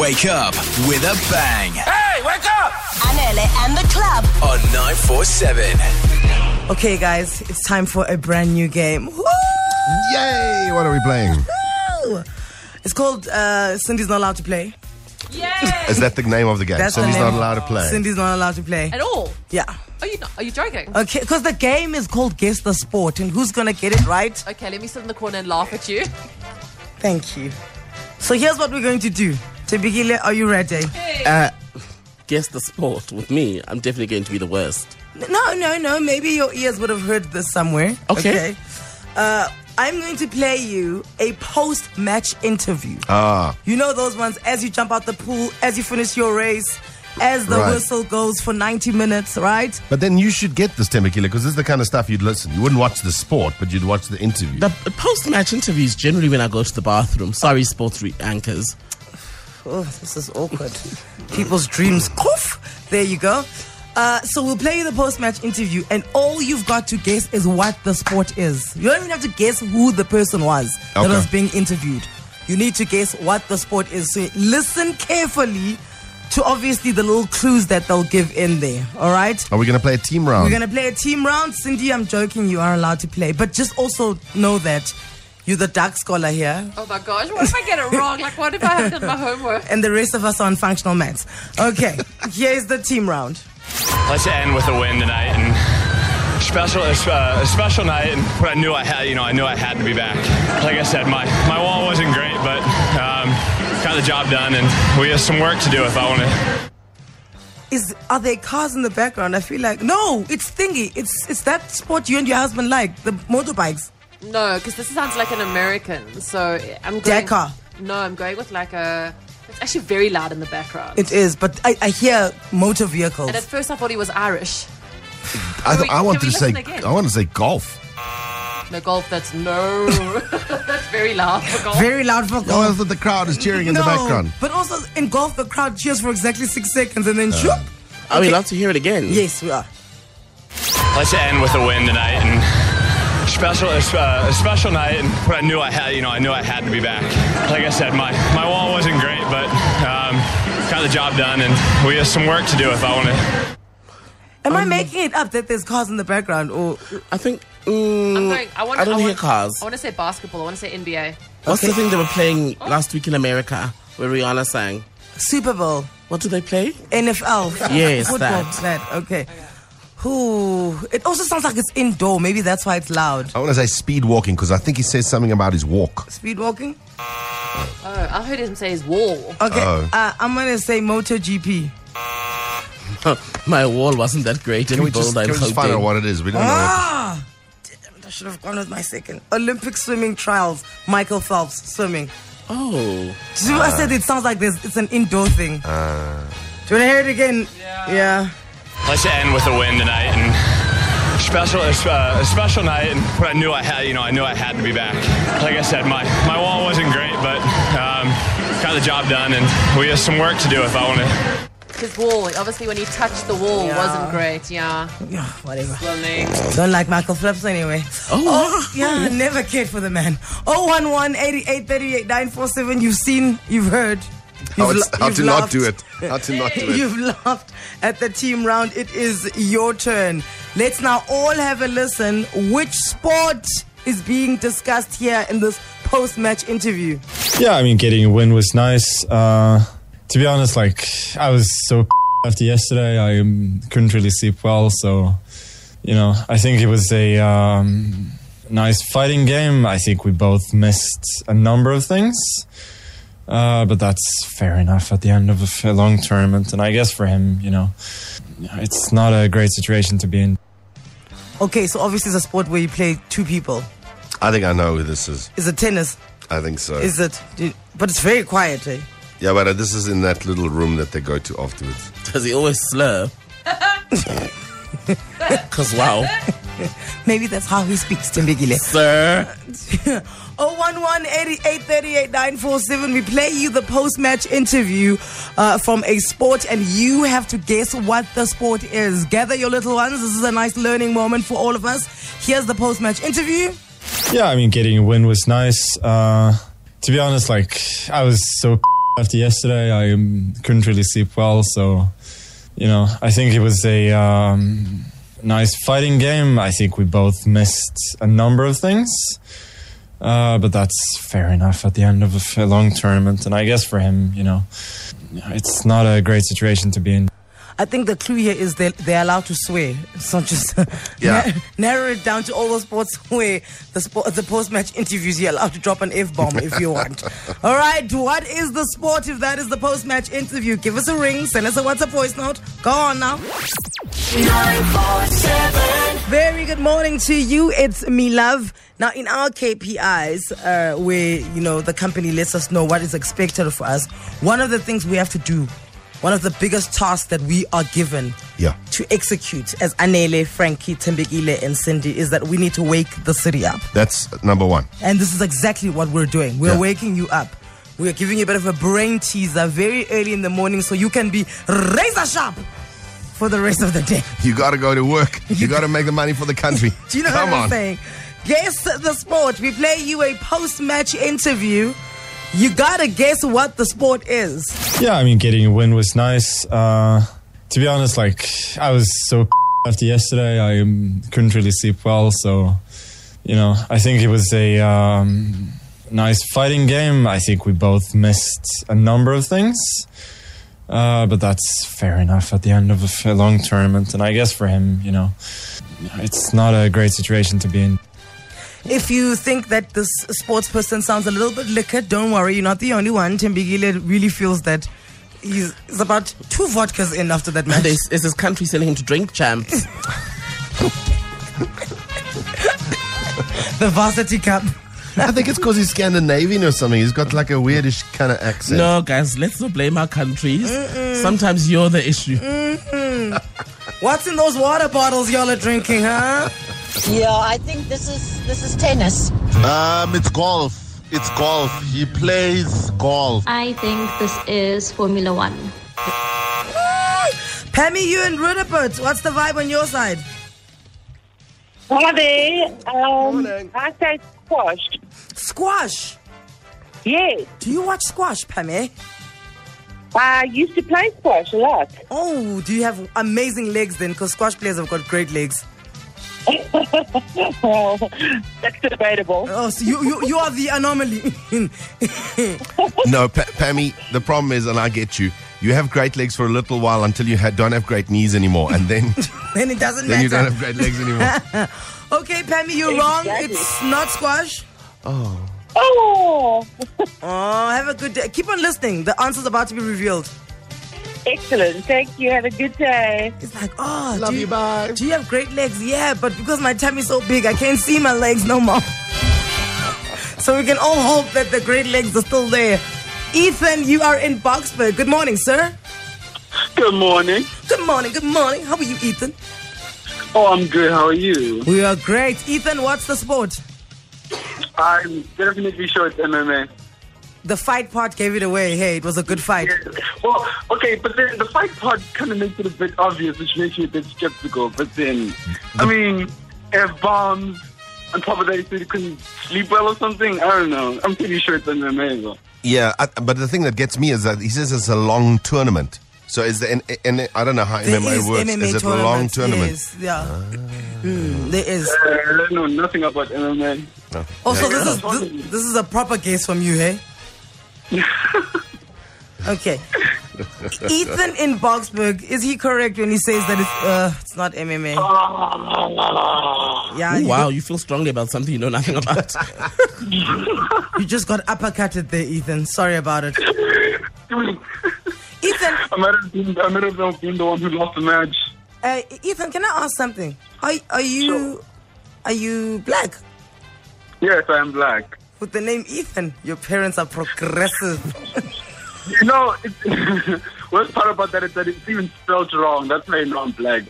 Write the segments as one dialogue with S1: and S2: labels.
S1: Wake up with a bang
S2: Hey, wake up!
S3: Anele and the club.
S1: on 947.
S4: Okay, guys, it's time for a brand new game. Woo!
S5: Yay! What are we playing?
S4: It's called uh, Cindy's Not Allowed to Play.
S5: Is that the name of the game?
S4: That's the
S5: Cindy's
S4: name.
S5: not allowed to play.
S4: Cindy's Not Allowed to Play.
S6: at all.
S4: Yeah.
S6: Are you not, are you joking?
S4: Okay, because the game is called Guess the Sport, and who's going to get it right?
S6: Okay, let me sit in the corner and laugh at you.
S4: Thank you. So here's what we're going to do. Tebigile, are you ready?
S5: Uh,
S7: guess the sport with me, I'm definitely going to be the worst.
S4: No, no, no. Maybe your ears would have heard this somewhere.
S7: Okay.
S4: Uh, I'm going to play you a post match interview.
S5: ah,
S4: You know those ones as you jump out the pool, as you finish your race, as the
S5: Right.
S4: whistle goes for 90 minutes, right?
S5: but then you should get this Temekile because this is the kind of stuff you'd listen. You wouldn't watch the sport, but you'd watch the interview.
S7: The post match interviews generally when I go to the bathroom. Sorry, sports re- anchors.
S4: Oh, this is awkward. People's dreams. Cough. There you go. Uh, so we'll play you the post-match interview, and all you've got to guess is what the sport is. You don't even have to guess who the person was that
S5: Okay.
S4: was being interviewed. You need to guess what the sport is. So listen carefully to obviously the little clues that they'll give in there. All right.
S5: Are we going to play a team
S4: We're
S5: round?
S4: gonna play a team round, Cindy. I'm joking. You are allowed to play, but just also know that you're the dark scholar here,
S6: Oh my gosh, what if I get it wrong? Like, what if I haven't done my homework?
S4: and the rest of us are on functional maths. Okay, here's the team round.
S8: Let's end with a win tonight and special, uh, a special night. And but I knew I had, you know, I knew I had to be back. Like I said, my my wall wasn't great, but um, got the job done, and we have some work to do if I want to.
S4: Is are there cars in the background? I feel like no, it's thingy. It's it's that sport you and your husband like, the motorbikes.
S6: No, because this sounds like an American. So I'm going.
S4: Dakar.
S6: No, I'm going with like a. It's actually very loud in the background.
S4: It is, but I, I hear motor vehicles.
S6: and at first I thought he was Irish.
S5: I,
S6: Can we-
S5: I wanted
S6: can
S5: to
S6: we
S5: say.
S6: listen again?
S5: I want to say golf.
S6: No golf. That's no. that's very loud for golf.
S4: Very loud for
S5: Oh, I
S4: golf.
S5: thought the crowd is cheering in
S4: no,
S5: the background.
S4: but also in golf, the crowd cheers for exactly six seconds, and
S5: Uh.
S4: then shoop.
S7: Are we allowed to hear it again?
S4: Yes, we are.
S8: Let's end with a win tonight and special, uh, a special night. And but I knew I had, you know, I knew I had to be back. Like I said, my my wall wasn't great, but um, got the job done, and we have some work to do if I want to.
S4: Am
S7: Um,
S4: I making it up that there's cars in the background, or
S7: I think. Mm,
S6: I'm going. I want.
S7: I don't hear
S6: want, Oh,
S7: cars.
S6: I want to say basketball. I want to say NBA.
S7: What's the thing they were playing
S6: Oh.
S7: last week in America where Rihanna sang?
S4: Super Bowl?
S7: What do they play?
S4: NFL.
S7: Yes,
S4: football.
S7: that.
S4: Okay. Ooh, it also sounds like it's indoor. Maybe that's why it's loud.
S5: I want to say speed walking because I think he says something about his walk.
S4: Speed walking.
S6: Oh, I heard him say his wall.
S4: Okay.
S5: Oh.
S4: Uh, I'm gonna say MotoGP.
S7: My wall wasn't that great.
S5: Can
S7: in
S5: we just,
S7: Boulder
S5: can
S7: and
S5: we just find out
S7: Gauteng.
S5: what it is? We don't know. what-
S4: Ah, damn! I should have gone with my second Olympic swimming trials. Michael Phelps swimming.
S7: Oh.
S4: Do you know what I said it sounds like this. It's an indoor thing. Do you wanna hear it again? Yeah.
S8: Let's end with a win tonight and special, uh, a special night. And but I knew I had, you know, I knew I had to be back. Like I said, my my wall wasn't great, but um, got the job done, and we have some work to do if I want to.
S6: His wall. Obviously, when he touched the wall,
S4: Yeah.
S6: wasn't great. Yeah.
S4: Yeah, Whatever.
S6: Lonely.
S4: Don't like Michael Phelps anyway. Oh, yeah, I never cared for the man. 011 8838 947. You've seen, you've heard.
S5: How,
S4: you've
S5: it's,
S4: la-
S5: how
S4: you've
S5: to
S4: laughed.
S5: not do it? How to not do it?
S4: You've laughed at the team round. It is your turn. Let's now all have a listen. Which sport is being discussed here in this post match interview?
S9: Yeah, I mean, getting a win was nice. Uh, to be honest, like I was so after yesterday, I um, couldn't really sleep well. So, you know, I think it was a um, nice fighting game. I think we both missed a number of things, uh, but that's fair enough at the end of a f- a long tournament. And I guess for him, you know, it's not a great situation to be in.
S4: Okay, so obviously it's a sport where you play two people.
S5: I think I know who this is.
S4: Is it tennis?
S5: I think so.
S4: Ah! Is it? do- But it's very quiet, eh?
S5: yeah, but uh, this is in that little room that they go to afterwards.
S7: Does he always slur? Because, wow.
S4: Maybe that's how he speaks, Tembegile.
S7: Sir.
S4: 011-8838-947. We play you the post-match interview uh, from a sport, and you have to guess what the sport is. Gather your little ones. This is a nice learning moment for all of us. Here's the post-match interview.
S9: Yeah, I mean, getting a win was nice. Uh, to be honest, like I was so after yesterday. I um, couldn't really sleep well, so you know, I think it was a um, nice fighting game. I think we both missed a number of things. Uh, but that's fair enough at the end of a f- a long tournament. And I guess for him, you know, it's not a great situation to be in.
S4: I think the clue here is they they're allowed to swear. It's not just
S5: Yeah.
S4: na- narrow it down to all those sports where the sport, the post match interviews you're allowed to drop an f bomb if you want. all right, what is the sport? If that is the post match interview, give us a ring, send us a WhatsApp voice note. Go on now.
S3: 947.
S4: Very good morning to you. It's me, love. Now, in our KPIs, uh, where you know the company lets us know what is expected of us, one of the things we have to do, one of the biggest tasks that we are given
S5: Yeah.
S4: to execute as Anele, Frankie, Tembekile, and Cindy, is that we need to wake the city up.
S5: That's number one.
S4: And this is exactly what we're doing. We're
S5: Yeah.
S4: waking you up. We're giving you a bit of a brain teaser very early in the morning so you can be razor sharp for the rest of the day.
S5: You got to go to work. You got to make the money for the country.
S4: Do you know
S5: Come
S4: what I'm
S5: on.
S4: saying? Guess the sport. We play you a post match interview. You gotta guess what the sport is.
S9: Yeah, I mean, getting a win was nice. Uh, to be honest, like, I was so after yesterday. I um, couldn't really sleep well, so, you know, I think it was a um, nice fighting game. I think we both missed a number of things. Uh, but that's fair enough at the end of a f- a long tournament. And I guess for him, you know, it's not a great situation to be in.
S4: If you think that this sports person sounds a little bit liquored, don't worry, you're not the only one. Tembigile really feels that he's, he's about two vodkas in after that match.
S7: There's, there's this country selling him to drink champs.
S4: the varsity cup.
S5: I think it's because he's Scandinavian or something. He's got like a weirdish kind of accent.
S7: no, guys, let's not blame our countries. Sometimes you're the issue.
S4: What's in those water bottles y'all are drinking, huh?
S2: Yeah, I think this is this is tennis.
S10: Um, it's golf. It's golf. He plays golf.
S11: I think this is Formula One.
S4: Pammy, you and Rudaput, what's the vibe on your side?
S2: Holiday, um, I say squash.
S4: Squash.
S2: Yes,
S4: Do you watch squash, Pammy?
S2: I used to play squash a lot.
S4: Oh, do you have amazing legs then? Because squash players have got great legs.
S2: Well, that's debatable.
S4: Oh, so you, you, you are the anomaly.
S5: No, pa- Pammy, the problem is, and I get you, you have great legs for a little while until you ha- don't have great knees anymore. And then,
S4: then it doesn't
S5: then you don't
S4: matter.
S5: have great legs anymore.
S4: Okay, Pammy, you're wrong.
S2: Exactly.
S4: It's not squash.
S2: Oh,
S4: Oh, have a good day. Keep on listening. The answer's about to be revealed.
S2: excellent! Thank you. Have a good day.
S4: It's like, oh, love you, bye. Do you have great legs? Yeah, but because my tummy's so big, I can't see my legs no more. so we can all hope that the great legs are still there. Ethan, you are in Boxburg. Good morning, sir.
S10: Good morning.
S4: Good morning. Good morning. How are you, Ethan?
S10: Oh, I'm good. How are you?
S4: We are great. Ethan, what's the sport?
S10: I'm definitely sure it's MMA.
S4: The fight part gave it away. Hey, it was a good fight.
S10: Well, okay, but then the fight part kind of makes it a bit obvious, which makes me a bit skeptical. But then, I mean, F bombs. On top of that, you said you couldn't sleep well or something. I don't know. I'm pretty sure it's MMA though.
S5: yeah, I, but the thing that gets me is that he says it's a long tournament. So is the, and, and I don't know how
S4: There
S5: MMA
S4: is
S5: works.
S4: MMA
S5: is it a long
S4: tournaments.
S5: tournament? Ah.
S4: Yes, yeah. Mm, there is.
S10: Uh, I don't know nothing about MMA.
S4: Also,
S10: Yeah.
S4: this is this, this is a proper guess from you, hey? okay. Ethan in Boxburg, is he correct when he says that it's uh, it's not MMA?
S9: Uh,
S4: Yeah,
S5: Oh,
S7: Ooh,
S4: you,
S7: Oh, wow, you feel strongly about something you know nothing about.
S4: you just got uppercutted there, Ethan. Sorry about it. Ethan,
S10: I might have been, I might have not been the one who lost the match.
S4: uh, Ethan, can I ask something? Are are you are you black?
S10: Yes, I am black.
S4: With the name Ethan, your parents are progressive.
S10: You know, it's, worst part about that is that it's even spelled wrong. That's why I know I'm black.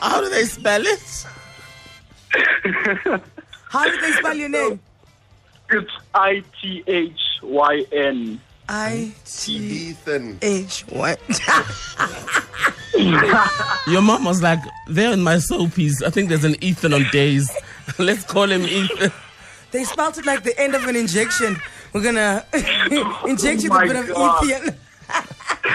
S7: How do they spell it?
S4: How did they spell your name?
S10: It's I T H Y N.
S4: I
S5: Ethan.
S4: H Y.
S7: Your mom was like, they're in my soapies. I think there's an Ethan on days. Let's call him Ethan.
S4: They spelt it like the end of an injection. We're gonna inject you with
S5: Oh my
S4: a bit of
S5: God.
S4: Ethian.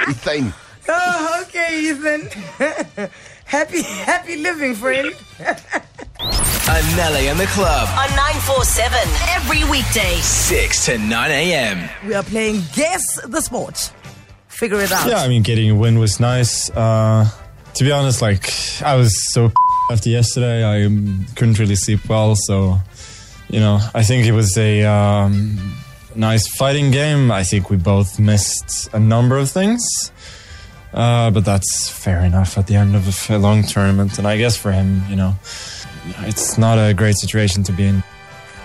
S5: Ethan.
S4: Oh, okay, Ethan. happy, happy living, friend.
S1: Anele and the club.
S3: On 947 every weekday.
S1: 6 to 9 a.m.
S4: We are playing Guess the Sport. Figure it out.
S9: Yeah, I mean, getting a win was nice. Uh, to be honest, like I was so after yesterday, I um, couldn't really sleep well. So, you know, I think it was a um, nice fighting game. I think we both missed a number of things, uh, but that's fair enough at the end of a f- a long tournament. And I guess for him, you know, it's not a great situation to be in.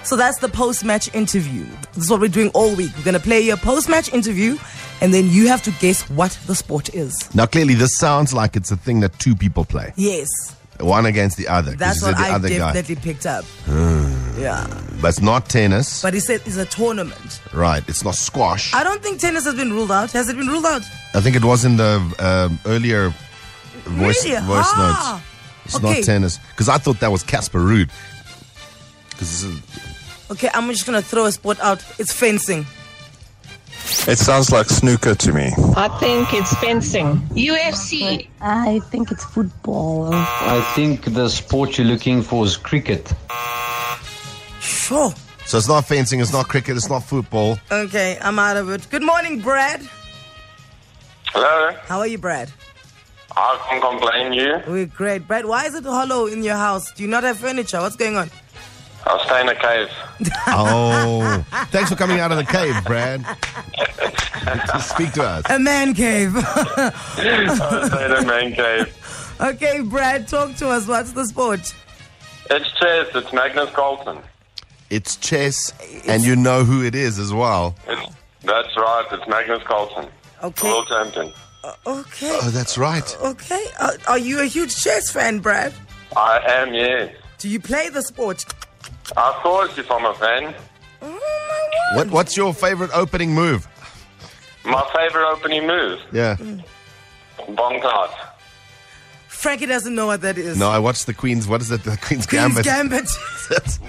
S4: So that's the post match interview. This is what we're doing all week. We're going to play your post match interview, and then you have to guess what the sport is.
S5: Now, clearly, this sounds like it's a thing that two people play,
S4: Yes,
S5: one against the other. 'cause
S4: that's
S5: you
S4: what
S5: said the
S4: I
S5: other
S4: definitely picked up.
S5: guy. Hmm.
S4: Yeah.
S5: But it's not tennis,
S4: But he said it's a tournament.
S5: right? It's not squash.
S4: I don't think tennis has been ruled out. Has it been ruled out?
S5: I think it was in the um, earlier voice
S4: Really?
S5: voice
S4: Ah.
S5: notes. It's
S4: Okay.
S5: not tennis because I thought that was Casper Ruud. Because
S4: Okay, I'm just going to throw a sport out. It's fencing.
S12: It sounds like snooker to me.
S13: I think it's fencing. UFC. I think it's football.
S14: I think the sport you're looking for is cricket.
S4: Sure.
S5: So it's not fencing, it's not cricket, it's not football.
S4: Okay, I'm out of it. Good morning, Brad.
S15: Hello,
S4: How are you, Brad?
S15: I can't complain you.
S4: We're great. Brad, why is it hollow in your house? Do you not have furniture? What's going on?
S15: I'll stay in a cave.
S5: Oh, thanks for coming out of the cave, Brad. To speak to us.
S4: A man cave.
S15: I'll stay in a man cave.
S4: okay, Brad, talk to us. What's the sport?
S15: It's chess, it's Magnus Carlsen.
S5: It's chess, and you know who it is as well.
S15: It's, that's right, it's Magnus Carlsen.
S4: Okay.
S15: World champion.
S4: Okay.
S5: Oh, that's right.
S4: Okay. Are, are you a huge chess fan, Brad?
S15: I am, yes.
S4: Do you play the sport?
S15: Of course, if I'm a fan.
S5: What, what's your favorite opening move?
S15: My favorite opening move,
S5: Yeah.
S15: Bonk Out.
S4: Frankie doesn't know what that is.
S5: No, I watched the Queen's. What is it? The
S4: Queen's
S5: Queen's Gambit.
S4: Gambit.
S15: That's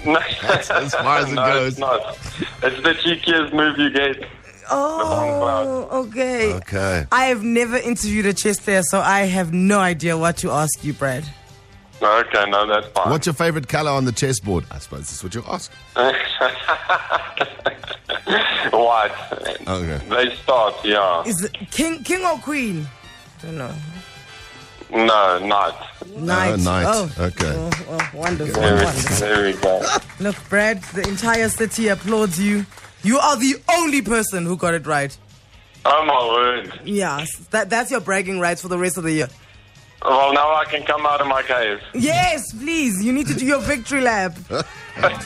S15: as
S5: far as it
S15: no,
S5: goes.
S15: It's, not. it's the cheekiest move you get.
S4: Oh, okay.
S5: Okay.
S4: I have never interviewed a chess player, so I have no idea what to ask you, Brad.
S15: Okay, no, that's fine.
S5: What's your favorite color on the chessboard? I suppose that's what you ask.
S15: White.
S5: Okay.
S15: They start, yeah.
S4: Is it king, king or queen? don't know.
S15: No, night.
S4: Knight.
S5: Uh, knight.
S4: Oh.
S5: Okay.
S4: Oh, oh, wonderful.
S15: There we,
S4: wonderful.
S15: there we go.
S4: Look, Brad, the entire city applauds you. You are the only person who got it right.
S15: Oh my word.
S4: Yes, that, that's your bragging rights for the rest of the year.
S15: Well, now I can come out of my cave.
S4: Yes, please. You need to do your victory lap.